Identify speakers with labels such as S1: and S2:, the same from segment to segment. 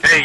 S1: Hey,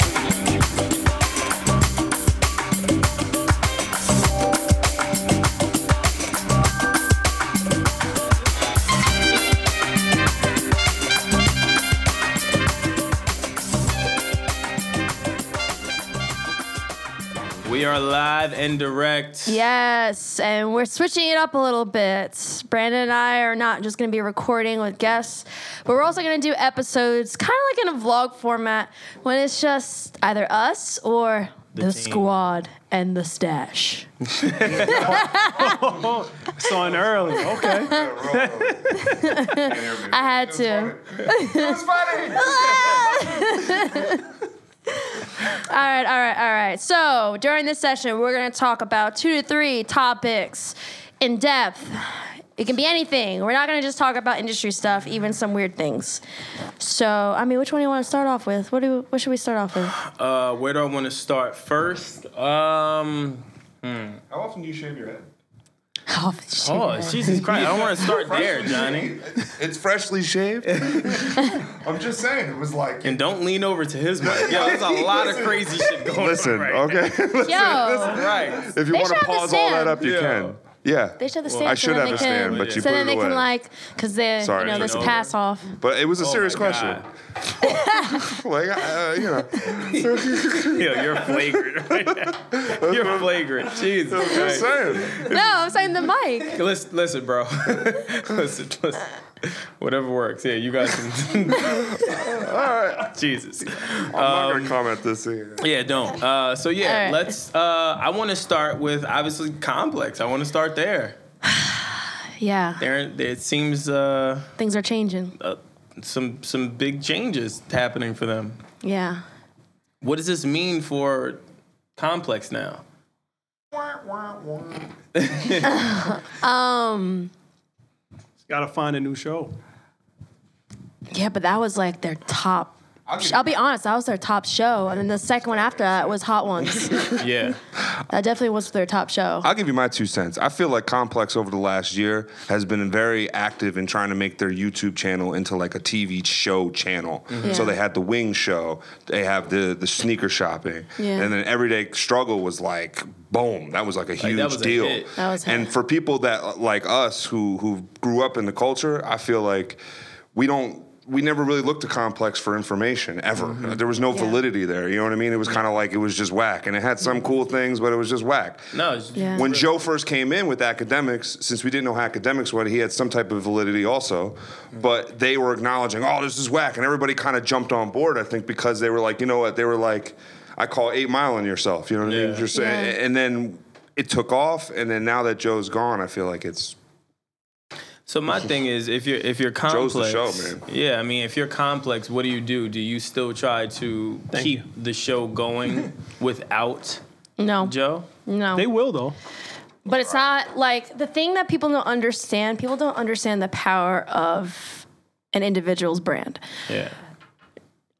S2: We are live and direct.
S3: Yes, and we're switching it up a little bit. Brandon and I are not just going to be recording with guests, but we're also going to do episodes kind of like in a vlog format when it's just either us or the,
S2: team.
S3: squad and the stash.
S2: It's on early. Okay.
S3: I had to. all right, all right, all right. So during this session, we're going to talk about two to three topics in depth. It can be anything. We're not going to just talk about industry stuff, even some weird things. So, I mean, which one do you want to start off with? What do? What should we start off with?
S2: Uh, where do I want to start first? Um,
S4: How often do you shave your head?
S3: Oh,
S2: oh, Jesus Christ. I don't want to start there, Johnny.
S4: It's freshly shaved. I'm just saying, it was like.
S2: And don't lean over to his mic. Yo, there's a lot of crazy shit going
S5: Listen,
S2: on. right
S5: okay.
S3: Yo,
S2: Right.
S5: if you
S3: They
S5: want
S3: should
S5: to
S3: have the
S5: pause all that
S3: stand.
S5: up, you
S2: Yeah.
S5: can. Yeah.
S3: they should have the stand.
S5: I
S3: so
S5: should
S3: then
S5: have
S3: they
S5: a
S3: can-
S5: stand, but you
S3: so
S5: put
S3: then
S5: it
S3: they can
S5: away.
S3: like, cause they,
S5: Sorry,
S3: you know,
S5: I
S3: this
S2: know.
S3: pass off.
S5: But it was
S4: Oh
S5: a serious
S2: my
S5: question.
S2: God.
S5: like, uh, you know,
S2: Yo, you're flagrant right now. You're flagrant. Jesus
S5: just
S2: Christ.
S5: saying.
S3: No, I'm saying the mic.
S2: Listen, listen, bro. listen, listen. Whatever works. Yeah, you guys can. Jesus.
S5: I'm not
S4: Um,
S5: going to comment this here.
S2: Yeah, don't. Uh, so yeah,
S3: All right.
S2: let's. Uh, I want to start with obviously complex. I want to start there.
S3: Yeah,
S2: There, it seems uh,
S3: things are changing.
S2: uh, some some big changes happening for them.
S3: Yeah.
S2: What does this mean for complex now?
S3: Um,
S6: Gotta find a new show.
S3: Yeah, but that was like their top.
S4: I'll give
S3: I'll
S4: you-
S3: be honest, that was their top show, and then the second one after that was Hot Ones.
S2: Yeah,
S3: that definitely was their top show.
S5: I'll give you my two cents. I feel like Complex over the last year has been very active in trying to make their YouTube channel into like a TV show channel. So
S3: Mm-hmm. Yeah.
S5: they had the wing show, they have the the sneaker shopping,
S3: Yeah.
S5: and then Everyday Struggle was like boom, that was like a huge
S2: that was a
S5: deal.
S2: hit.
S3: That was
S5: and
S3: hit.
S5: for people that like us who who grew up in the culture, I feel like we don't. We never really looked to complex for information ever. There was no
S3: Mm-hmm. Yeah.
S5: validity there. You know what I mean? It was kind of like it was just whack, and it had
S3: Mm-hmm.
S5: some cool things, but it was just whack
S2: no, it's-
S3: Yeah.
S5: when Joe first came in with academics, since we didn't know how academics were, he had some type of validity also. But they were acknowledging, oh, this is whack. And everybody kind of jumped on board, I think, because they were like, you know what? They were like, I call eight mile on yourself. You know what I
S2: Yeah.
S5: mean? You're saying,
S3: Yeah.
S5: And then it took off. And then now that Joe's gone, I feel like it's
S2: So my thing is, if you're if you're
S5: Joe's
S2: complex,
S5: the show, man.
S2: yeah, I mean, if you're complex, what do you do? Do you still try to keep the show going without
S3: No,
S2: Joe?
S3: no.
S6: They will though.
S3: But it's not like the thing that people don't understand. People don't understand the power of an individual's brand.
S2: Yeah,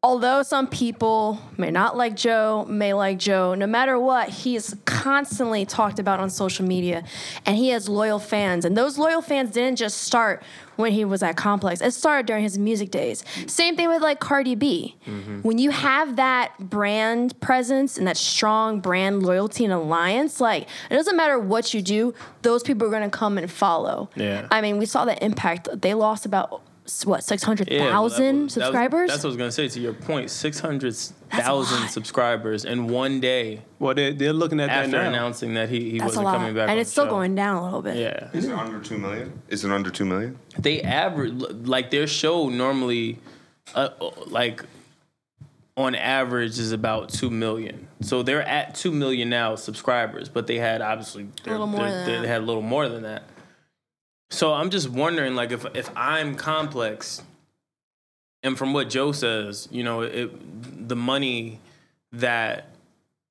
S3: although some people may not like Joe, may like Joe, no matter what, he is constantly talked about on social media and he has loyal fans. And those loyal fans didn't just start when he was at Complex, it started during his music days. Same thing with like Cardi B.
S2: Mm-hmm.
S3: When you have that brand presence and that strong brand loyalty and alliance, like it doesn't matter what you do, those people are gonna come and follow.
S2: Yeah.
S3: I mean, we saw the impact. They lost about what,
S2: Yeah, well, that
S3: 600,000
S2: was- that was-
S3: subscribers?
S2: that's what I was gonna say. To your point, six hundred
S3: That's a
S2: thousand
S3: lot.
S2: subscribers in one day
S6: Well, they, they're looking at that
S2: after
S6: now.
S2: announcing that he, he
S3: That's a
S2: wasn't
S3: lot.
S2: coming back,
S3: and
S2: on
S3: it's
S2: the
S3: still
S2: show.
S3: going down a little bit.
S2: Yeah,
S5: is it under two million? Is it under two million?
S2: they average like their show normally, uh, like on average is about two million. So they're at two million now subscribers, but they had obviously they're-
S3: little more
S2: they're-
S3: than
S2: they
S3: that.
S2: had a little more than that. So I'm just wondering, like, if if I'm complex, and from what Joe says, you know, it the money that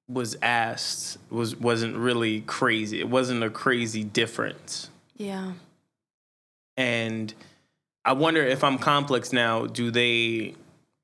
S2: was asked was wasn't really crazy. It wasn't a crazy difference
S3: Yeah.
S2: and I wonder if I'm complex now. Do they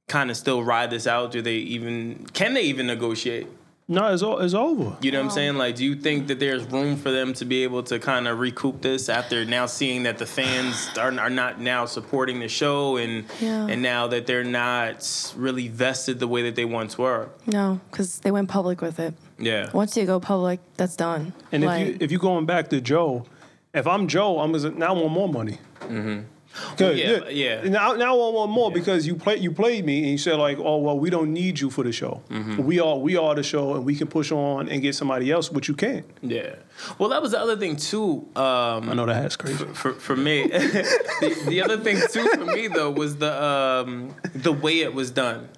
S2: kind of still ride this out? Do they even can they even negotiate?
S6: No, it's all it's over.
S2: You know what I'm saying? Like, do you think that there's room for them to be able to kind of recoup this after now seeing that the fans are, are not now supporting the show and
S3: Yeah.
S2: and now that they're not really vested the way that they once were?
S3: No, because they went public with it.
S2: Yeah.
S3: Once you go public, that's done.
S6: And if you
S3: Like-
S6: if you going back to Joe, if I'm Joe, I'm gonna now I want more money. Good,
S2: Mm-hmm. yeah,
S6: good.
S2: yeah.
S6: Now, now I want more because you play you played me and you said like, oh well, we don't need you for the show.
S2: Mm-hmm.
S6: We are we are the show and we can push on and get somebody else, which you can't.
S2: Yeah. Well, that was the other thing too. Um,
S6: I know that's crazy.
S2: for, for me, the, the other thing too for me though was the um, the way it was done.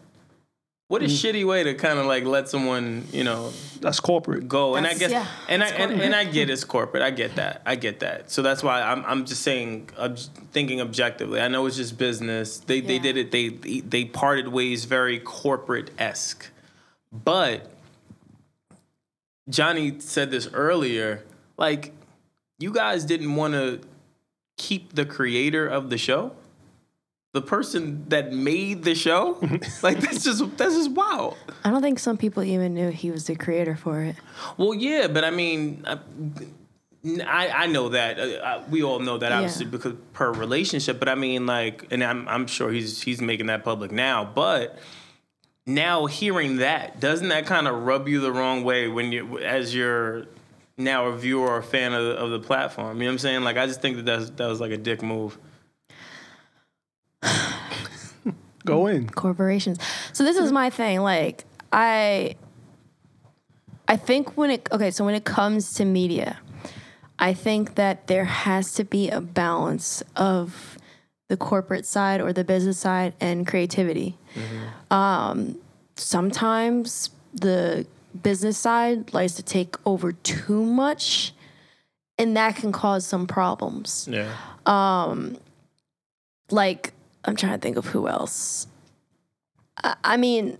S2: What a shitty way to kind of like let someone you know
S6: That's corporate.
S2: go. and I guess
S3: That's- yeah,
S2: and I
S3: it's
S2: and, and I
S3: corporate.
S2: get it's corporate. I get that. I get that. So that's why I'm I'm just saying I'm just thinking objectively. I know it's just business. They they
S3: Yeah.
S2: did it. They they parted ways very corporate esque, but Johnny said this earlier. Like you guys didn't want to keep the creator of the show. The person that made the show, like that's just that's just wild.
S3: I don't think some people even knew he was the creator for it.
S2: Well, yeah, but I mean, I, I, I know that Uh, uh we all know that
S3: Yeah.
S2: obviously because per relationship. But I mean, like, and I'm I'm sure he's he's making that public now. But now hearing that, doesn't that kind of rub you the wrong way when you as you're now a viewer or a fan of the, of the platform? You know what I'm saying? Like, I just think that that's, that was like a dick move.
S6: Go in.
S3: corporations. So this is my thing. Like I, I think when it okay, so when it comes to media, I think that there has to be a balance of the corporate side or the business side and creativity. Um, sometimes the business side likes to take over too much, and that can cause some problems
S2: Yeah.
S3: like I'm trying to think of who else. I, I mean,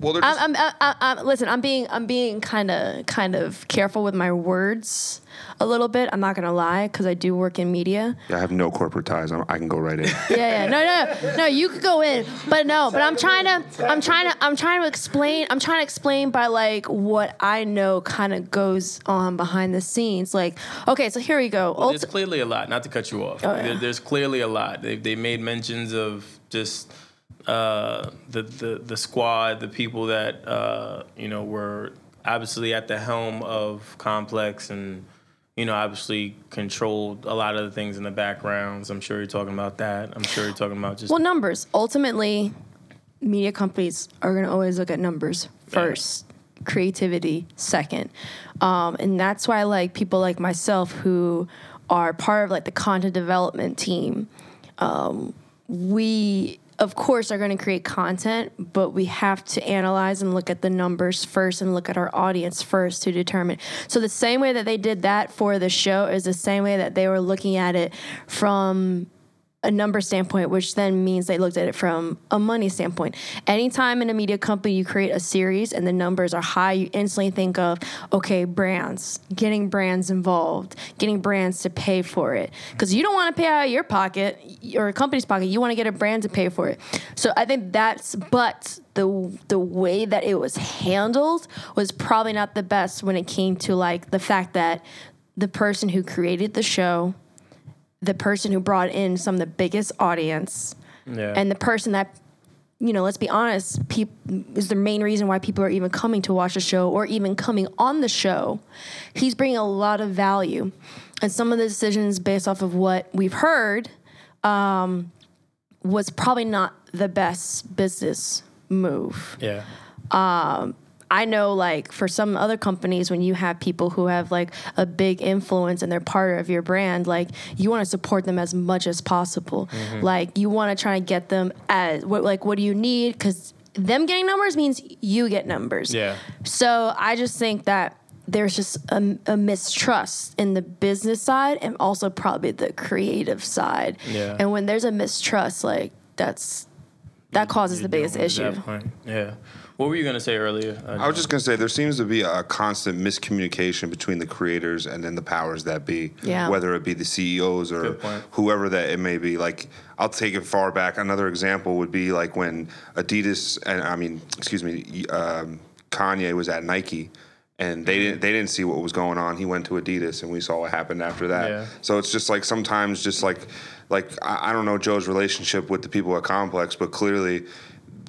S5: Well, they're just,
S3: I'm, I'm, I'm, I'm listen. I'm being I'm being kind of kind of careful with my words a little bit. I'm not gonna lie because I do work in media.
S5: I have no corporate ties. I'm, I can go right in.
S3: Yeah, yeah. No, no, no. You could go in, but no. But I'm trying to I'm trying to I'm trying to explain. I'm trying to explain by like what I know kind of goes on behind the scenes. Like, okay, so here we go. Ulti-
S2: There's clearly a lot. Not to cut you off.
S3: Oh,
S2: there, there's clearly a lot. They they made mentions of just uh, the the the squad, the people that uh, you know were obviously at the helm of Complex and. You know, obviously controlled a lot of the things in the backgrounds. I'm sure you're talking about that. I'm sure you're talking about just
S3: Well, numbers. Ultimately, media companies are going to always look at numbers first, creativity second. Um, and that's why, like, people like myself who are part of, like, the content development team, um, we, of course, are going to create content, but we have to analyze and look at the numbers first and look at our audience first to determine. So, the same way that they did that for the show is the same way that they were looking at it from a number standpoint, which then means they looked at it from a money standpoint. Anytime in a media company you create a series and the numbers are high, you instantly think of, okay, brands, getting brands involved, getting brands to pay for it. Because you don't want to pay out of your pocket or a company's pocket, you want to get a brand to pay for it. So I think that's, but the, the way that it was handled was probably not the best when it came to like the fact that the person who created the show the person who brought in some of the biggest audience
S2: yeah.
S3: and the person that you know let's be honest peop- is the main reason why people are even coming to watch the show or even coming on the show he's bringing a lot of value and some of the decisions based off of what we've heard um, was probably not the best business move
S2: yeah.
S3: I know like for some other companies when you have people who have like a big influence and they're part of your brand like you want to support them as much as possible
S2: Mm-hmm.
S3: like you want to try and get them as what like what do you need cuz them getting numbers means you get numbers
S2: Yeah.
S3: so I just think that there's just a, a mistrust in the business side and also probably the creative side
S2: Yeah.
S3: and when there's a mistrust like that's that causes the biggest
S2: At
S3: issue
S2: that point, Yeah. What were you gonna say earlier? Uh,
S5: I was just gonna say there seems to be a constant miscommunication between the creators and then the powers that be.
S3: Yeah.
S5: Whether it be the CEOs or
S2: Good point.
S5: whoever that it may be. Like I'll take it far back. Another example would be like when Adidas and I mean, excuse me, um, Kanye was at Nike. And they didn't. They didn't see what was going on. He went to Adidas, and we saw what happened after that.
S2: Yeah.
S5: So it's just like sometimes, just like, like I, I don't know Joe's relationship with the people at Complex, but clearly,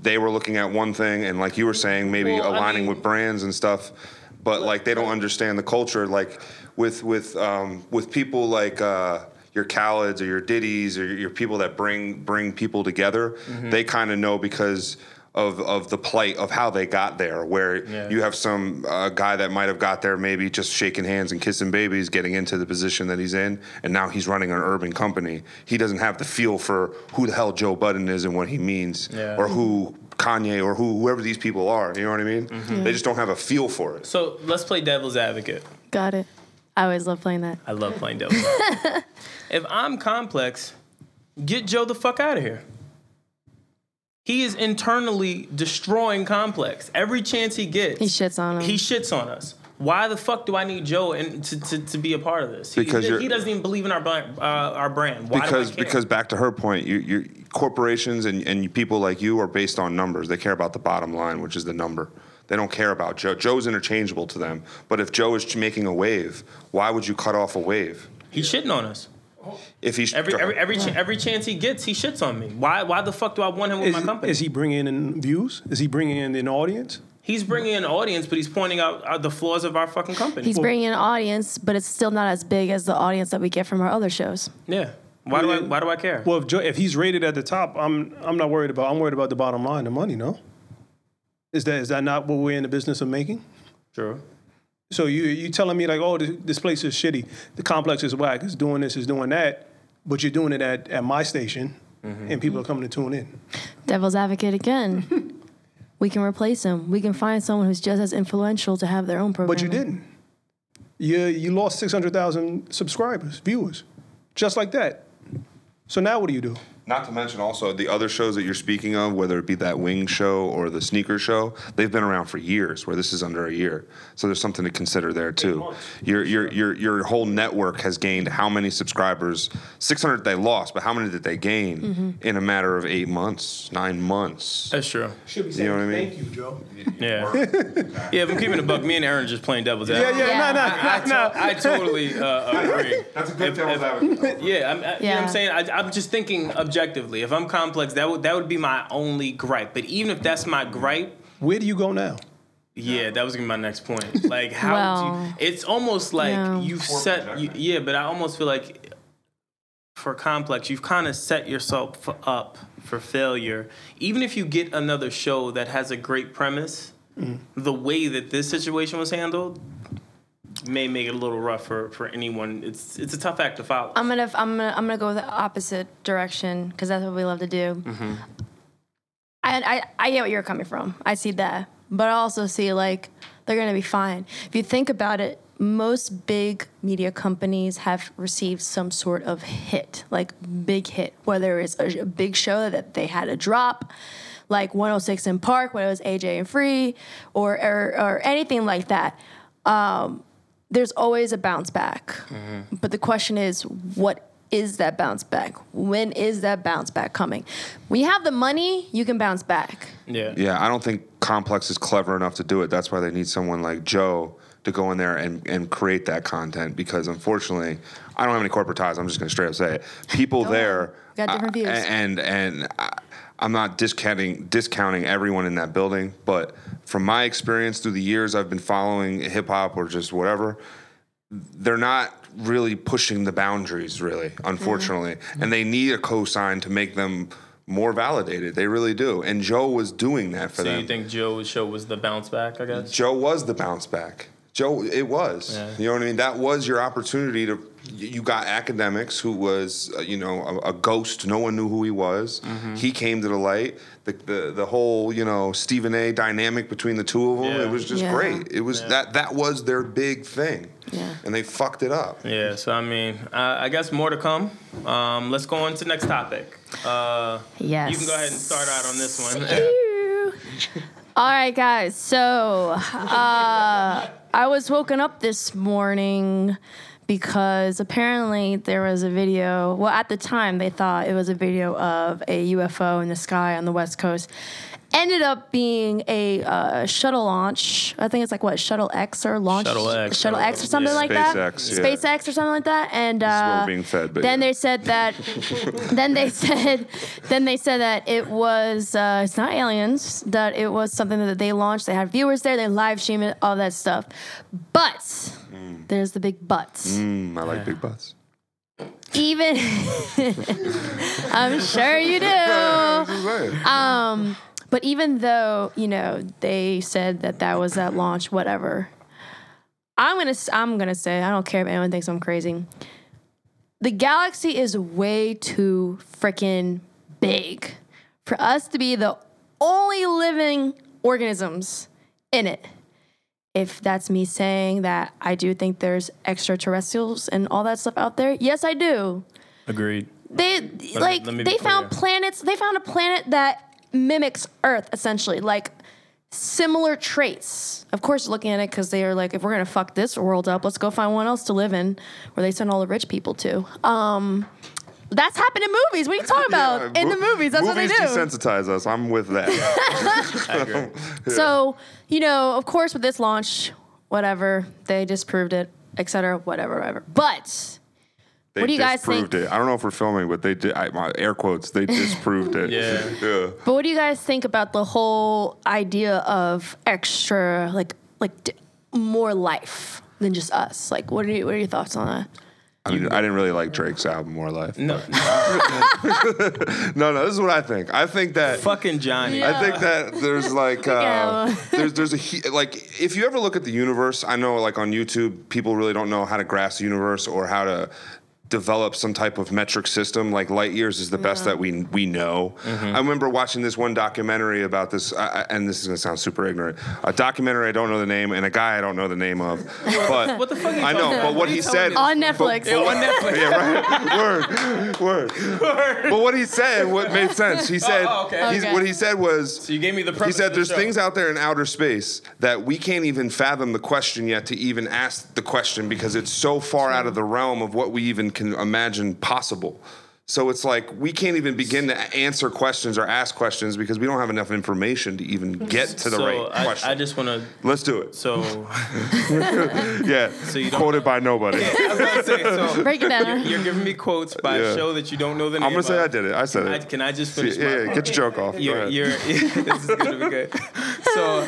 S5: they were looking at one thing, and like you were saying, maybe
S2: Well, I
S5: aligning
S2: mean-
S5: with brands and stuff, but like they don't understand the culture. Like with with um, with people like uh, your Khalids or your Diddies or your people that bring bring people together,
S2: Mm-hmm.
S5: they kind of know because. Of, of the plight of how they got there, where
S2: Yeah.
S5: you have some uh, guy that might have got there maybe just shaking hands and kissing babies, getting into the position that he's in, and now he's running an urban company. He doesn't have the feel for who the hell Joe Budden is and what he means,
S2: Yeah.
S5: or who Kanye or who whoever these people are. You know what I mean?
S2: Mm-hmm.
S5: They just don't have a feel for it.
S2: so let's play devil's advocate.
S3: Got it. I always love playing that.
S2: I love playing devil's advocate. if I'm complex, get Joe the fuck out of here. He is internally destroying complex. Every chance he gets,
S3: He shits on him.
S2: He shits on us. Why the fuck do I need Joe and to, to, to be a part of this? He-
S5: Because
S2: he,
S5: you're-
S2: he doesn't even believe in our brand, uh, our brand. Why do I
S5: Because
S2: care?
S5: because back to her point, you, you corporations and, and people like you are based on numbers. They care about the bottom line, which is the number. They don't care about Joe. Joe's interchangeable to them. But if Joe is making a wave, why would you cut off a wave?
S2: he's shitting on us.
S5: If he's
S2: Every every every, ch- every chance he gets, he shits on me. Why why the fuck do I want him with
S6: Is,
S2: my company?
S6: is he bringing in views? Is he bringing in an audience?
S2: he's bringing in an audience, but he's pointing out uh, the flaws of our fucking company.
S3: He's bringing an audience, but it's still not as big as the audience that we get from our other shows.
S2: yeah. Why do I why do I care?
S6: Well, if, Joe, if he's rated at the top, I'm I'm not worried about. I'm worried about the bottom line, the money. No, is that is that not what we're in the business of making?
S2: True.
S6: So you you telling me like, oh, this, this place is shitty. The complex is whack. It's doing this, it's doing that, but you're doing it at at my station, and people are coming to tune in.
S3: Devil's advocate again. we can replace him. We can find someone who's just as influential to have their own program.
S6: But
S2: Mm-hmm.
S6: you didn't. You you lost six hundred thousand subscribers, viewers, just like that. So now what do you do?
S5: Not to mention also the other shows that you're speaking of, whether it be that wing show or the sneaker show, they've been around for years. Where this is under a year, so there's something to consider there too. Your your your your whole network has gained how many subscribers? Six hundred they lost, but how many did they gain
S6: Mm-hmm.
S5: in a matter of eight months, nine months?
S2: That's true.
S6: Should be
S5: saying, know what I mean?
S6: you, Joe.
S2: Yeah. yeah, if I'm keeping a buck, me and Aaron are just playing devil's advocate.
S6: yeah,
S3: Yeah.
S6: no, no,
S2: I, to- I totally uh, agree.
S5: That's a good devil's advocate.
S2: Yeah, I'm, I, you know what
S3: Yeah.
S2: I'm saying? I, I'm just thinking objectively. If I'm complex, that would that would be my only gripe. But even if that's my gripe,
S6: Where do you go now?
S2: yeah, that was gonna be my next point. Like, how
S3: Well,
S2: do you, it's almost like
S3: yeah.
S2: you've set, you, yeah, but I almost feel like for complex, you've kind of set yourself f- up for failure. Even if you get another show that has a great premise, the way that this situation was handled may make it a little rough for, for anyone. It's it's a tough act to follow.
S3: I'm gonna I'm gonna I'm gonna go the opposite direction because that's what we love to do. I, I I get what you're coming from. I see that, but I also see like they're gonna be fine. If you think about it, most big media companies have received some sort of hit, like big hit, whether it's a, a big show that they had a drop. Like 106 in Park, whether it was AJ and Free, or or, or anything like that. Um, there's always a bounce back. But the question is, what is that bounce back? When is that bounce back coming? We have the money, you can bounce back.
S2: yeah.
S5: Yeah, I don't think Complex is clever enough to do it. That's why they need someone like Joe to go in there and, and create that content because unfortunately, I don't have any corporate ties. I'm just going to straight up say it. People there
S3: We got different
S5: uh,
S3: views.
S5: And and I, I'm not discounting discounting everyone in that building, but from my experience through the years I've been following hip hop or just whatever, they're not really pushing the boundaries really
S3: Mm-hmm.
S5: unfortunately and they need a cosign to make them more validated they really do and joe was doing that for
S2: So
S5: them
S2: you think Joe's show was the bounce back? I guess.
S5: joe was the bounce back joe it was
S2: Yeah.
S5: you know what i mean that was your opportunity to you got academics who was uh, you know a, a ghost no one knew who he was
S2: Mm-hmm.
S5: he came to the light the, the the whole you know stephen a dynamic between the two of them
S2: Yeah.
S5: it was just
S3: Yeah.
S5: great it was that that was their big thing
S3: Yeah.
S5: and they fucked it up
S2: Yeah. So I mean, I, I guess more to come. Um, let's go on to the next topic. Uh,
S3: Yes.
S2: You can go ahead and start out on this one.
S3: Ew. All right, guys. So uh, I was woken up this morning because apparently there was a video. Well, at the time, they thought it was a video of a UFO in the sky on the West Coast. Ended up being a uh, shuttle launch. I think it's like what Shuttle X or launch
S2: Shuttle X.
S3: Shuttle X or something
S2: Yeah.
S3: like that.
S5: SpaceX, yeah.
S3: SpaceX or something like that. And
S5: what we're
S3: uh,
S5: being fed, but
S3: then
S5: yeah.
S3: they said that. then they said. Then they said that it was. Uh, it's not aliens. That it was something that they launched. They had viewers there. They live streamed it. All that stuff. But there's the big buts.
S5: Mm, I like big butts.
S3: Even I'm sure you do. Um, But even though you know they said that that was at launch, whatever. I'm gonna s- I'm gonna say I don't care if anyone thinks I'm crazy. The galaxy is way too freaking big for us to be the only living organisms in it. If that's me saying that I do think there's extraterrestrials and all that stuff out there, yes, I do.
S2: Agreed.
S3: They like
S2: let me be
S3: they found
S2: clear.
S3: planets. They found a planet that mimics Earth essentially, like similar traits. Of course, looking at it because they are like, if we're gonna fuck this world up, let's go find one else to live in, where they send all the rich people to. Um, that's happened in movies. What are you talking about? Oh, in the movies, that's
S5: movies
S3: what they do.
S5: desensitize us. I'm with that.
S3: So, you know, of course, with this launch, whatever, they disproved it, et cetera, whatever, whatever. But
S5: They
S3: What do you guys
S5: disproved
S3: think?
S5: It. I don't know if we're filming, but they did. I, my air quotes. They disproved it.
S2: Yeah.
S5: yeah.
S3: But what do you guys think about the whole idea of extra, like, like d- more life than just us? Like, what are you, what are your thoughts on that?
S5: I, mean, I didn't really like Drake's album, More Life.
S2: No,
S5: No, no. This is what I think. I think that.
S2: fucking Johnny.
S5: I think that there's like
S3: Yeah.
S5: uh, there's there's a hu- like if you ever look at the universe, I know like on YouTube people really don't know how to grasp the universe or how to develop some type of metric system. Like light years is the best that we we know.
S2: Mm-hmm.
S5: I remember watching this one documentary about this, I, I- and this is gonna sound super ignorant. A documentary I don't know the name, and a guy I don't know the name of, but
S2: What the fuck? Are you
S5: I know.
S2: talking
S5: But
S2: about?
S5: what
S2: are
S5: he
S2: you
S5: said
S3: On
S5: but-
S3: Netflix.
S5: but-
S2: On Netflix.
S5: yeah, right. Word, word. But what he said, what made sense. He said,
S2: oh, okay.
S5: he's-
S3: Okay.
S5: what he said was,
S2: you gave me the
S5: he
S2: premise of
S5: said,
S2: the
S5: there's
S2: show.
S5: things out there in outer space that we can't even fathom the question yet to even ask the question because it's so far out of the realm of what we even can imagine possible. So it's like we can't even begin to answer questions or ask questions because we don't have enough information to even get to the
S2: so
S5: right
S2: I,
S5: question.
S2: I just want to.
S5: Let's do it.
S2: So
S5: Yeah.
S2: you don't-
S5: Quoted by nobody.
S2: I was gonna say, so
S3: Break it down.
S2: you're giving me quotes by
S5: Yeah.
S2: a show that you don't know the name.
S5: I'm gonna say
S2: of.
S5: I did it. I said
S2: I,
S5: it.
S2: can I just
S5: Yeah,
S2: finish? my
S5: yeah, yeah, get your joke off. Go
S2: you're,
S5: ahead.
S2: you're this is gonna be good. So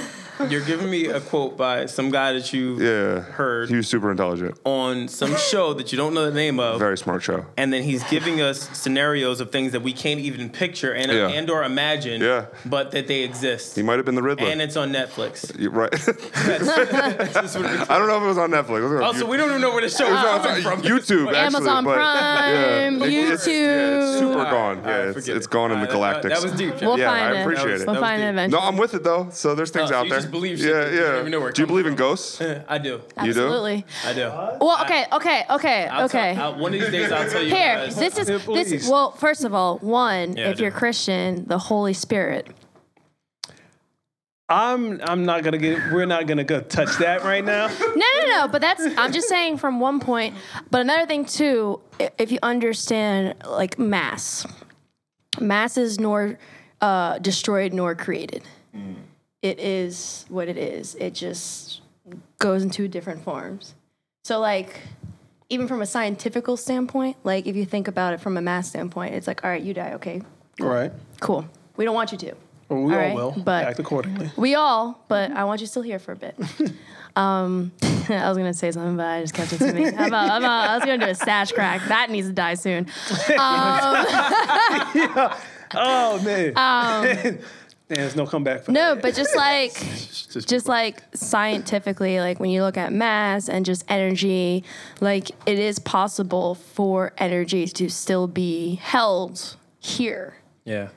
S2: you're giving me a quote by some guy that you
S5: Yeah.
S2: heard
S5: He was super intelligent.
S2: on some show that you don't know the name of.
S5: Very smart show.
S2: and then he's giving us scenarios of things that we can't even picture and
S5: Yeah.
S2: and or imagine,
S5: Yeah.
S2: but that they exist.
S5: He might have been the Riddler.
S2: and it's on Netflix.
S5: You're right.
S2: This would be-
S5: I don't know if it was on Netflix. Let's go.
S2: oh, so we don't even know where the show is
S5: No,
S2: coming
S5: it's on
S2: from.
S5: YouTube, actually,
S3: Amazon
S5: but-
S3: Prime,
S5: It's- yeah, it's super
S3: YouTube.
S5: gone. Yeah,
S2: All right,
S5: it's,
S2: forget
S5: it's
S2: it.
S5: gone in
S2: All
S5: the
S2: right, that-
S5: galactics.
S2: That was deep. Jeff.
S3: We'll
S5: Yeah,
S3: find
S5: I
S3: it.
S5: appreciate
S2: it.
S3: We'll
S2: That was
S3: find it
S2: deep.
S3: eventually.
S5: No, I'm with it though. So there's things
S2: Oh, so
S5: out
S2: you
S5: there.
S2: just believe shit
S5: yeah,
S2: that you don't
S5: yeah.
S2: even know where it
S5: do you
S2: comes
S5: believe in
S2: from.
S5: ghosts?
S2: I do.
S5: You do?
S3: Absolutely.
S2: I do.
S3: Well, okay, okay, okay,
S2: I'll
S3: okay.
S2: Tell, I'll- one of these days, I'll tell you.
S3: Here,
S2: guys.
S3: this is
S6: Yeah,
S3: this.
S6: please.
S3: is- Well, first of all, one,
S2: Yeah,
S3: if you're
S2: dude.
S3: Christian, the Holy Spirit.
S6: I'm I'm not gonna get. We're not gonna go touch that right now.
S3: No, no, no. But that's I'm just saying from one point. But another thing too, i- if you understand like mass, mass is nor uh, destroyed nor created. It is what it is. It just goes into different forms. So like. Even from a scientifical standpoint, like if you think about it from a mass standpoint, it's like, all right, you die, okay,
S6: Right.
S3: cool. We don't want you to.
S6: Well, we
S3: All
S6: all,
S3: right,
S6: will
S3: but-
S6: act accordingly.
S3: We all, but I want you still here for a bit. Um, I was gonna say something, but I just kept it to me. I'm a, I'm a, I was gonna do a stash crack. That needs to die soon.
S6: Oh man. Damn, there's Um, no comeback for
S3: No,
S6: that.
S3: but just like, just like scientifically, like when you look at mass and just energy, like it is possible for energy to still be held here
S2: yeah.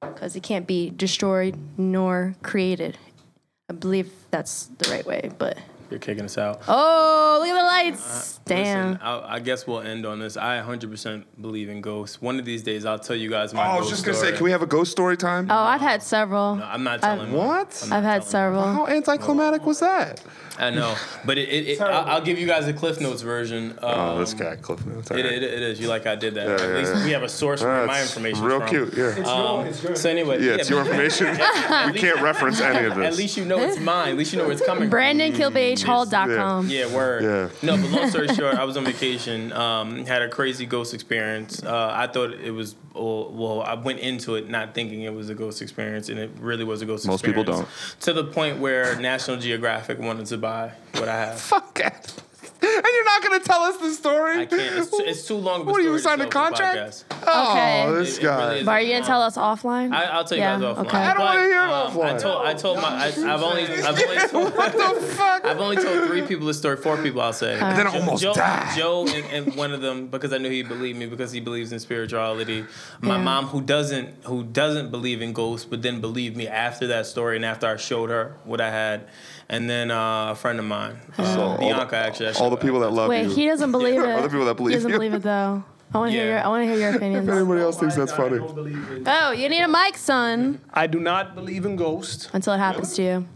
S3: because it can't be destroyed nor created. I believe that's the right way, but
S2: You're kicking us out.
S3: Oh, look at the lights. Damn.
S2: Listen, I, I guess we'll end on this. I 100% believe in ghosts. One of these days, I'll tell you guys my.
S5: Oh, I was
S2: ghost
S5: just gonna
S2: story.
S5: say, can we have a ghost story time?
S3: oh, I've had several.
S2: I'm not
S3: Uh,
S2: telling. mine.
S5: What?
S3: I've had
S5: How
S3: several.
S5: anticlimactic was that?
S2: I know, but it, it, it, I'll, I'll give you guys a Cliff Notes version. Um,
S5: Oh, this guy, Cliff Notes. all
S2: It,
S5: right.
S2: it, it is. You like I did that.
S5: yeah,
S2: At least
S5: yeah.
S2: we have a source
S5: That's
S2: where my information.
S5: Real
S2: from.
S5: cute, yeah.
S6: Um, it's
S2: So anyway,
S5: yeah, it's your
S2: but
S5: information. you
S2: at least-
S5: can't reference any of
S2: At
S5: this.
S2: least you know it's mine. At least you know where it's coming from.
S3: BrandonKilbageHall.com.
S2: Yeah, word.
S5: Yeah.
S2: No, but long story short, I was on vacation. Um, had a crazy ghost experience. Uh, I thought it was well, well. I went into it not thinking it was a ghost experience, and it really was a ghost.
S5: Most people
S2: experience. To the point where National Geographic wanted to buy what I have.
S5: Fuck it. And you're not gonna tell us the story?
S2: I can't. It's too, it's too long. Of a
S5: What, you
S2: story to
S5: signed a
S2: tell for the
S5: contract?
S2: podcast.
S3: Okay.
S5: Oh,
S2: It-
S5: this
S2: it really
S5: guy.
S2: is.
S3: But are you gonna tell us offline?
S2: I, I'll tell you
S3: Yeah,
S2: guys offline.
S3: okay. I
S5: don't wanna
S2: But,
S5: hear it
S2: um, I
S5: offline.
S2: told. I told my. I, I've only. I've only. Told,
S5: what the fuck?
S2: I've only told three people this story. Four people, I'll say.
S5: And then I almost
S2: Joe,
S5: died.
S2: Joe and, and one of them because I knew he believed me because he believes in spirituality. My
S3: Yeah.
S2: mom, who doesn't who doesn't believe in ghosts, but then believed me after that story and after I showed her what I had, and then uh, a friend of mine, uh,
S5: all the-
S2: Bianca, actually. I
S5: All
S2: showed
S5: the
S2: her.
S5: people that love
S3: Wait,
S5: you.
S3: he doesn't believe it.
S5: Other people that believe
S3: He doesn't
S5: you.
S3: believe it though. I want to hear.
S2: Yeah.
S3: Your, I want to hear your opinions.
S5: Anybody else thinks that's funny?
S3: oh, you need a mic, son,
S6: I do not believe in ghosts.
S3: until it happens to you.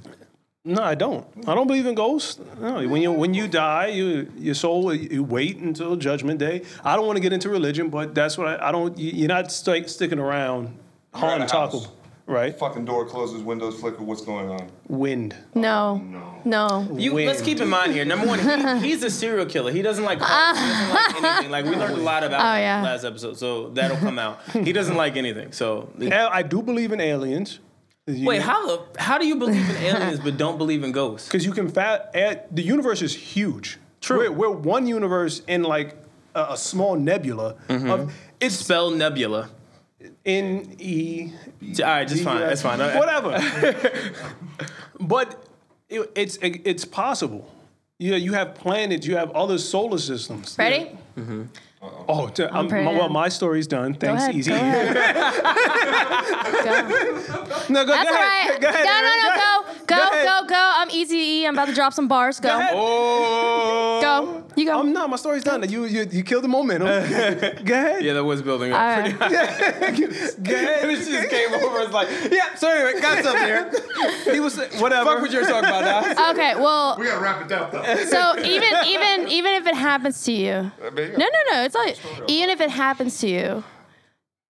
S6: No, I don't. I don't believe in ghosts. No, when you when you die, you, your soul you wait until judgment day. I don't want to get into religion, but that's what I, I don't. you- You're not sti- sticking around haunting
S5: at a house.
S6: Taco, right?
S5: Fucking door closes, windows flicker. What's going on?
S6: Wind.
S3: No, no.
S2: You, let's keep in mind here. Number one, he, he's a serial killer. He doesn't like, parties. he doesn't
S6: Uh-huh.
S2: like anything. Like we learned a lot about
S3: Oh, yeah.
S2: last episode, so that'll come out. He doesn't like anything. So
S6: Al- I do believe in aliens.
S2: Wait, how the how do you believe in aliens but don't believe in ghosts?
S6: Because you can fa- add, the universe is huge. True. We're, we're one universe in like a, a small nebula.
S2: Mm-hmm.
S6: Of, it's
S2: Spell nebula.
S6: N E
S2: All right, just fine. That's fine. I-
S6: Whatever. but it, it's it's possible. Yeah, you have planets. You have other solar systems.
S3: Ready?
S6: Oh, t- I'm,
S3: pretty
S6: my, well,
S3: good.
S6: my story's done.
S3: Go
S6: Thanks,
S3: ahead.
S6: Easy.
S3: Go ahead. Go.
S6: No, go,
S3: That's
S6: go
S3: all
S6: ahead.
S3: right.
S6: Go ahead.
S3: no, no, no. Go, go,
S6: ahead.
S3: go, go. I'm easy. to eat. I'm about to drop some bars. Go,
S6: ahead.
S5: Oh.
S3: go. You go.
S6: I'm not. My story's done. You you you killed the momentum. go ahead.
S2: Yeah, that was building up.
S3: All right.
S6: Go ahead.
S2: It just came over. It's like, yeah. So anyway, got something here.
S6: He was whatever.
S2: Fuck what you're talking about
S6: Uh,
S2: now.
S3: Okay. Well,
S4: We gotta wrap it up though.
S3: so even, even, even if it happens to you,
S5: mean,
S3: no, no, no. It's like even if it happens to you,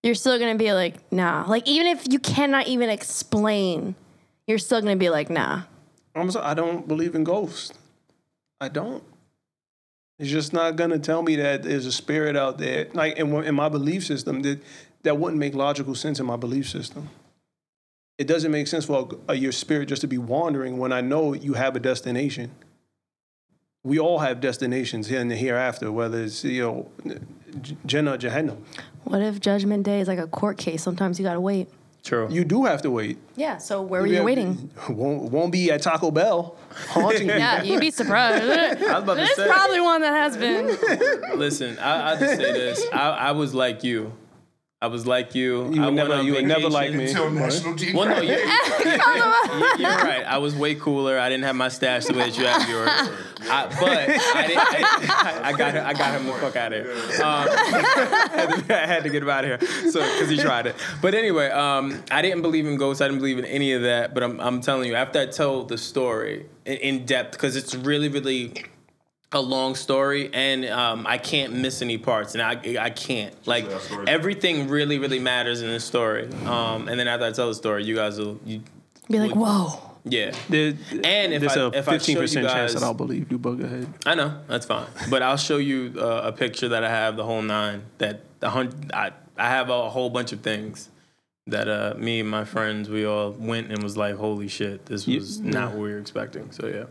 S3: you're still gonna be like, nah. Like even if you cannot even explain, you're still gonna be like, nah.
S6: I'm sorry, I don't believe in ghosts. I don't. It's just not gonna tell me that there's a spirit out there, like in, in my belief system, that that wouldn't make logical sense in my belief system. It doesn't make sense for a, your spirit just to be wandering when I know you have a destination. We all have destinations here and hereafter, whether it's you know J- Jannah or Jahannam.
S3: What if Judgment Day is like a court case? Sometimes you gotta wait.
S2: True.
S6: You do have to wait.
S3: Yeah. So where were you waiting?
S6: Won't, won't be at Taco Bell haunting. you.
S3: Yeah, you'd be surprised.
S2: I was about to
S3: There's
S2: say.
S3: probably one that has been.
S2: Listen, I, I just say this. I, I was like you. I was like you.
S6: You
S2: I went
S6: would never,
S2: on
S6: you would
S2: vacation.
S6: never like me.
S4: Till National
S2: Well, no,
S4: Geographic.
S2: you, You're right. I was way cooler. I didn't have my stash the way that you have yours. I, but I, didn't, I, I got her, I got him the fuck out of here. Um, I, had to, I had to get him out of here. So because he tried it. But anyway, um, I didn't believe in ghosts. I didn't believe in any of that. But I'm, I'm telling you, after I told the story in, in depth, because it's really, really a long story and um, I can't miss any parts and I, I can't like everything really really matters in this story um, and then after I tell the story you guys will you
S3: Be like, whoa.
S2: yeah
S6: There-
S2: And if
S6: there's
S2: I-
S6: a
S2: if I show you
S6: percent chance
S2: guys-
S6: that I'll believe you, bug ahead.
S2: I know that's fine, but I'll show you uh, a picture that I have the whole nine. That the hundred, I I have a whole bunch of things that uh, me and my friends we all went and was like, holy shit, this was not what we were expecting. So yeah,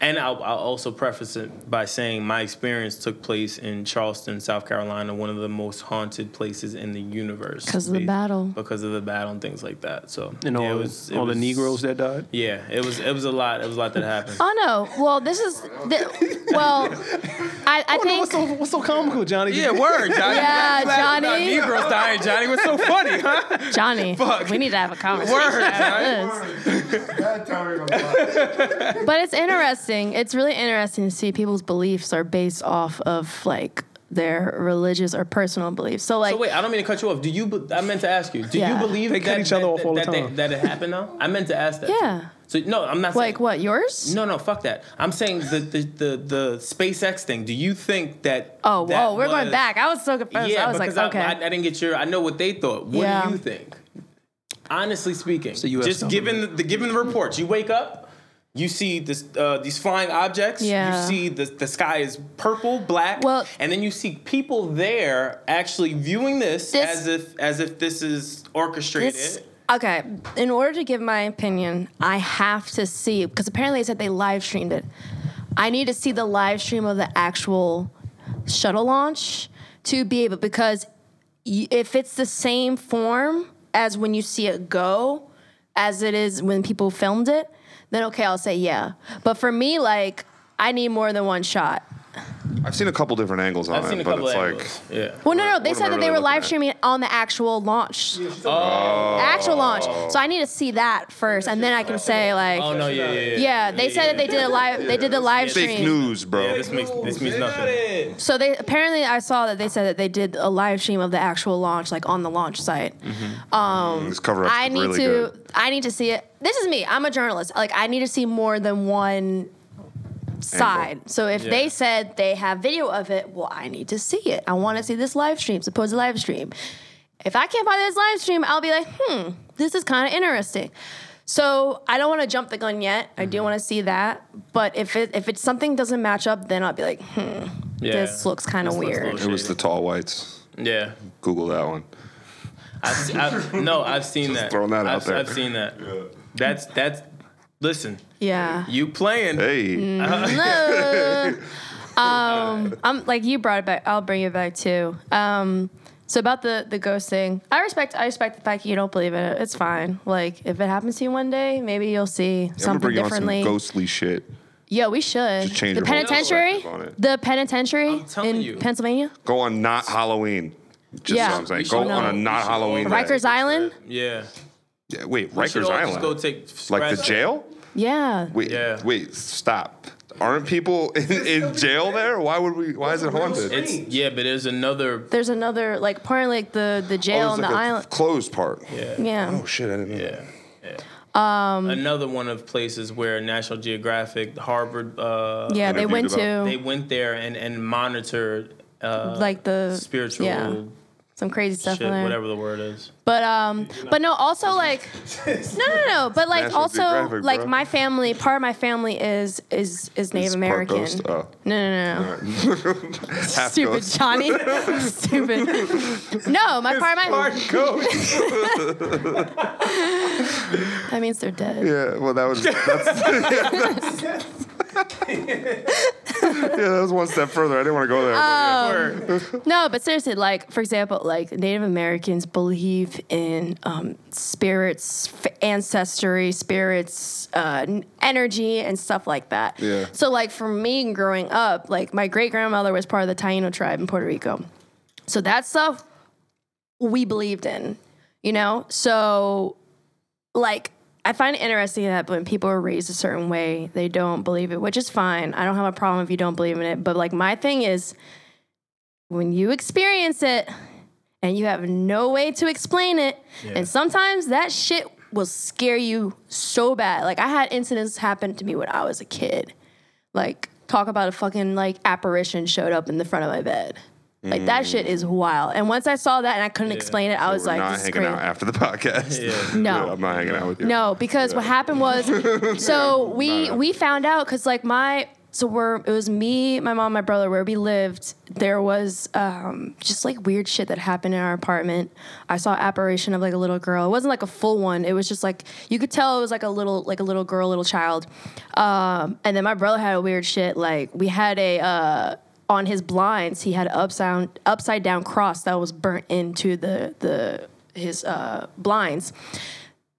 S2: and I'll, I'll also preface it by saying my experience took place in Charleston, South Carolina, one of the most haunted places in the universe
S3: 'Cause of the battle.
S2: Because of the battle and things like that. So
S6: And all,
S2: yeah,
S6: the-
S2: was-
S6: all
S2: was-
S6: the Negroes that died.
S2: Yeah, it was it was a lot. It was a lot that happened.
S3: Oh no. Well, this is. Th- well, I, I think.
S6: What's so, what's so comical, Johnny?
S2: Yeah, word, Johnny. Glad
S3: Yeah,
S2: about
S3: Johnny.
S2: Negroes dying, Johnny. What's so funny, huh?
S3: Johnny,
S6: Fuck.
S3: we need to have a conversation
S6: Word,
S3: about
S6: right?
S3: this.
S4: That time of life.
S3: But it's interesting. It's really interesting to see people's beliefs are based off of like their religious or personal beliefs. So like
S2: So wait, I don't mean to cut you off. Do you? be- I meant to ask you. Do
S3: Yeah.
S2: you believe
S6: They
S2: that,
S6: cut each other
S2: that,
S6: off all the
S2: that, that-
S6: time.
S2: That, it happened now? I meant to ask that.
S3: Yeah.
S2: So no, I'm not saying
S3: like what yours?
S2: No, no, fuck that. I'm saying the the the, the SpaceX thing. Do you think that?
S3: Oh,
S2: that
S3: whoa, we're going
S2: was-
S3: back. I was so confused.
S2: Yeah,
S3: I was like,
S2: because
S3: okay.
S2: I, I, didn't get your. I know what they thought. What
S3: Yeah.
S2: do you think? Honestly speaking,
S6: the US
S2: just given the, the given the reports, you wake up, you see this uh, these flying objects.
S3: Yeah.
S2: You see the the sky is purple, black.
S3: Well-
S2: and then you see people there actually viewing this,
S3: This-
S2: as if as if this is orchestrated.
S3: This- okay, in order to give my opinion, I have to see because apparently they said they live streamed it. I need to see the live stream of the actual shuttle launch to be able because y- if it's the same form as when you see it go as it is when people filmed it, then okay, I'll say yeah. But for me, like I need more than one shot.
S5: I've seen a couple different angles on
S2: I've seen
S5: it,
S2: a
S5: but
S2: couple
S5: it's
S2: of
S5: like
S2: angles. Yeah.
S3: Well, no, no,
S5: What-
S3: they
S5: what
S3: said
S5: am I
S3: that they
S5: really
S3: were
S5: looking
S3: live
S5: at?
S3: streaming it on the actual launch.
S5: oh,
S3: actual launch. So I need to see that first, and then I can say like,
S2: Oh no! Yeah, yeah, yeah.
S3: yeah, they said that they did a live, they did the live
S5: fake
S3: stream.
S5: news, bro.
S2: Yeah, this makes this means nothing.
S3: So they apparently I saw that they said that they did a live stream of the actual launch, like on the launch site. Um,
S5: this cover up
S3: I need
S5: really
S3: to,
S5: good.
S3: I need to see it. This is me. I'm a journalist. Like I need to see more than one side. So if they said they have video of it, well, I need to see it. I want to see this live stream, supposed live stream. If I can't find this live stream, I'll be like, hmm, this is kind of interesting. So I don't want to jump the gun yet. I
S2: Mm-hmm.
S3: do want to see that, but if it if it's something doesn't match up, then I'll be like, hmm,
S2: Yeah.
S3: this looks kind of
S2: This looks a
S3: weird.
S2: little
S5: It was the tall whites.
S2: Yeah.
S5: Google that one.
S2: I've, se- I've, no, I've seen that.
S5: throwing that out
S2: I've,
S5: there.
S2: I've seen that. That's that's. Listen,
S3: yeah.
S2: you playing?
S5: Hey,
S3: Mm, Hello. um, I'm like you brought it back. I'll bring it back too. Um, so about the the ghost thing, I respect. I respect the fact that you don't believe in it. It's fine. Like if it happens to you one day, maybe you'll see
S5: I'm gonna
S3: something
S5: bring you on some
S3: differently.
S5: ghostly shit.
S3: yeah, we should.
S5: Just change
S3: the
S5: your whole
S3: penitentiary.
S5: perspective on it.
S3: The penitentiary
S2: I'm telling
S3: in
S2: you.
S3: Pennsylvania,
S5: Go on not Halloween. Just
S3: Yeah.
S5: so I'm saying,
S3: We
S5: go
S3: should
S5: on a
S3: know.
S5: not Halloween. day.
S3: Rikers Island.
S2: Yeah.
S5: Yeah, wait,
S2: We should
S5: Rikers
S2: all Just go
S5: Island.
S2: take
S5: Like the
S2: scratch-
S5: jail?
S3: Yeah.
S5: Wait,
S2: Yeah.
S5: wait, stop. Aren't people in, in jail there? Why would we? Why is it haunted?
S2: It's yeah, but there's another.
S3: There's another like apparently like the the
S5: Oh,
S3: jail
S5: there's
S3: on
S5: like
S3: the
S5: a
S3: island.
S5: closed part.
S3: Yeah.
S5: Oh shit, I didn't know.
S2: Yeah. Um, another one of places where National Geographic, Harvard, uh,
S3: yeah, they
S5: interviewed
S3: went
S5: about-
S3: to
S2: they went there and and monitored uh,
S3: like the
S2: spiritual
S3: yeah, some crazy stuff
S2: shit,
S3: in there.
S2: whatever the word is.
S3: But um, but no, also like, no, no, no. But like,
S5: National
S3: also
S5: Geographic,
S3: like
S5: bro.
S3: my family, part of my family is is is
S5: It's
S3: Native
S5: part
S3: American.
S5: ghost?
S3: No,
S5: Oh.
S3: no, no, no.
S5: Half
S3: Stupid
S5: ghost.
S3: Johnny. Stupid. No, my part of my. That means they're dead.
S5: Yeah, well, that was that's, yeah, that's- Yeah, that was one step further. I didn't want to go there. but
S3: Oh,
S5: yeah.
S3: No, but seriously, like for example, like Native Americans believe in um, spirits, f- ancestry, spirits, uh, n- energy, and stuff like that.
S5: Yeah.
S3: So, like for me growing up, like my great grandmother was part of the Taino tribe in Puerto Rico, so that stuff we believed in, you know. So, like. I find it interesting that when people are raised a certain way, they don't believe it, which is fine. I don't have a problem if you don't believe in it. But like my thing is, when you experience it and you have no way to explain it, and sometimes that shit will scare you so bad. Like I had incidents happen to me when I was a kid. Like talk about a fucking like apparition showed up in the front of my bed. Like that shit is wild. And once I saw that and I couldn't explain it, I was
S5: Mm. We're
S3: like,
S5: not
S3: this is
S5: hanging
S3: crazy.
S5: out after the podcast.
S3: No.
S5: I'm not hanging out with you.
S3: No, because what happened was, so we we found out because like my so we're it was me, my mom, my brother where we lived. There was um, just like weird shit that happened in our apartment. I saw apparition of like a little girl. It wasn't like a full one. It was just like you could tell it was like a little like a little girl, little child. Um, and then my brother had a weird shit. Like we had a. Uh, on his blinds, he had an upside upside down cross that was burnt into the the his uh, blinds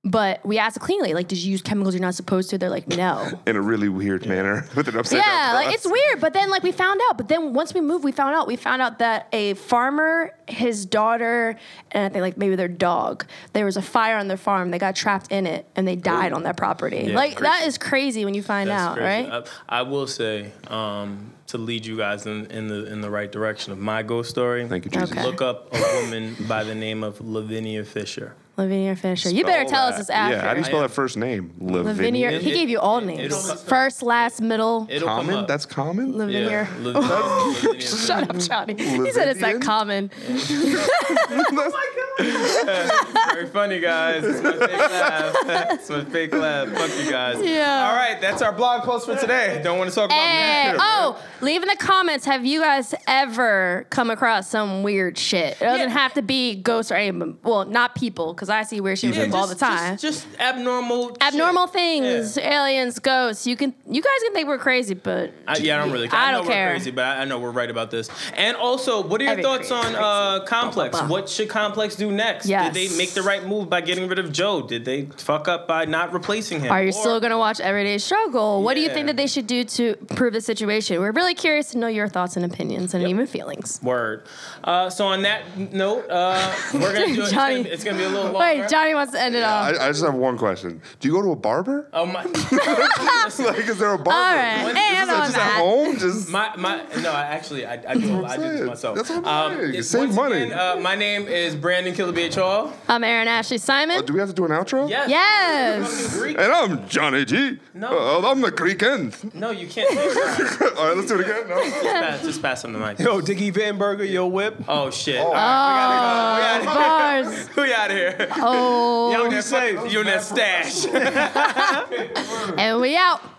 S3: But we asked cleanly, like, did you use chemicals you're not supposed to? They're like, no.
S5: in a really weird manner with an upside down
S3: Yeah, like
S5: cross.
S3: it's weird. But then like we found out. But then once we moved, we found out. We found out that a farmer, his daughter, and I think like maybe their dog. There was a fire on their farm. They got trapped in it and they died on that property. like that is crazy when you find
S2: That's
S3: out,
S2: crazy.
S3: right?
S2: I, I will say um, to lead you guys in, in the in the right direction of my ghost story.
S5: Thank you, Jesus.
S3: Okay.
S2: Look up a woman by the name of Lavinia Fisher.
S3: Lavinia Fisher. You better
S5: Spell
S3: tell
S5: that.
S3: us this after.
S5: Yeah, how do you spell that first name?
S3: Lavinia.
S5: Lavinia.
S3: he gave you all names.
S2: it'll-
S3: First, last, middle.
S2: It'll come
S5: Common?
S2: up.
S5: That's common?
S3: Lavinia.
S2: yeah. Lavinia- Lavinia Fisher.
S3: Shut up, Johnny. He said it's that
S5: Lavinia?
S3: common.
S2: Very funny, guys. It's my fake laugh. It's my fake laugh. Fuck you guys.
S3: Yeah.
S2: All right, that's our blog post for today. Don't want to talk about
S3: Hey,
S2: that.
S3: oh, leave in the comments. Have you guys ever come across some weird shit? It doesn't
S2: Yeah.
S3: have to be ghosts or anything. Well, not people, because I see weird shit from
S2: Yeah,
S3: people all the
S2: just-
S3: time.
S2: Just, just abnormal. shit.
S3: Abnormal things, aliens, ghosts. You can, you guys can think we're crazy, but
S2: I, yeah, I don't really. Care.
S3: I
S2: I,
S3: don't
S2: know
S3: care.
S2: We're crazy, but I, I know we're right about this. And also, what are your
S3: Every
S2: thoughts
S3: creature
S2: on
S3: is
S2: uh,
S3: crazy.
S2: Complex?
S3: Blah, blah, blah.
S2: What should Complex do next? Did
S3: Yes.
S2: they make the right move by getting rid of Joe? Did they fuck up by not replacing him?
S3: are you
S2: Or-
S3: still gonna watch Everyday Struggle? What do you
S2: Yeah.
S3: think that they should do to improve the situation? We're really curious to know your thoughts and opinions and even feelings.
S2: Word. Uh, so on that note, uh, we're gonna do it. It's gonna-
S3: Johnny.
S2: It's gonna be a little longer.
S3: Wait, Johnny wants to end it off.
S5: I, I just have one question. Do you go to a barber?
S2: Oh my.
S5: like, is there a barber?
S3: all right,
S5: Is
S3: and
S5: that
S3: on
S5: just at
S3: that.
S5: home? Just
S2: My, my, no, I actually, I, I, do, I do this
S5: saying.
S2: myself.
S5: That's what I'm saying.
S2: it's-
S5: Save
S2: once
S5: money.
S2: again, uh, my name is Brandon Kilabich Hall.
S3: I'm Aaron Ashley Simon.
S5: uh, do we have to do an outro?
S2: Yes.
S3: Yes.
S5: And I'm Johnny G.
S2: No.
S5: Uh, I'm the Greek end.
S2: No, you can't. Just
S5: All right, let's do it again. No.
S2: pass, just pass him the mic.
S6: Yo, Dickie Vanberger, yo, whip.
S2: Oh shit.
S3: Bars.
S2: We out of here.
S3: Oh,
S2: You in that stash.
S3: and we out.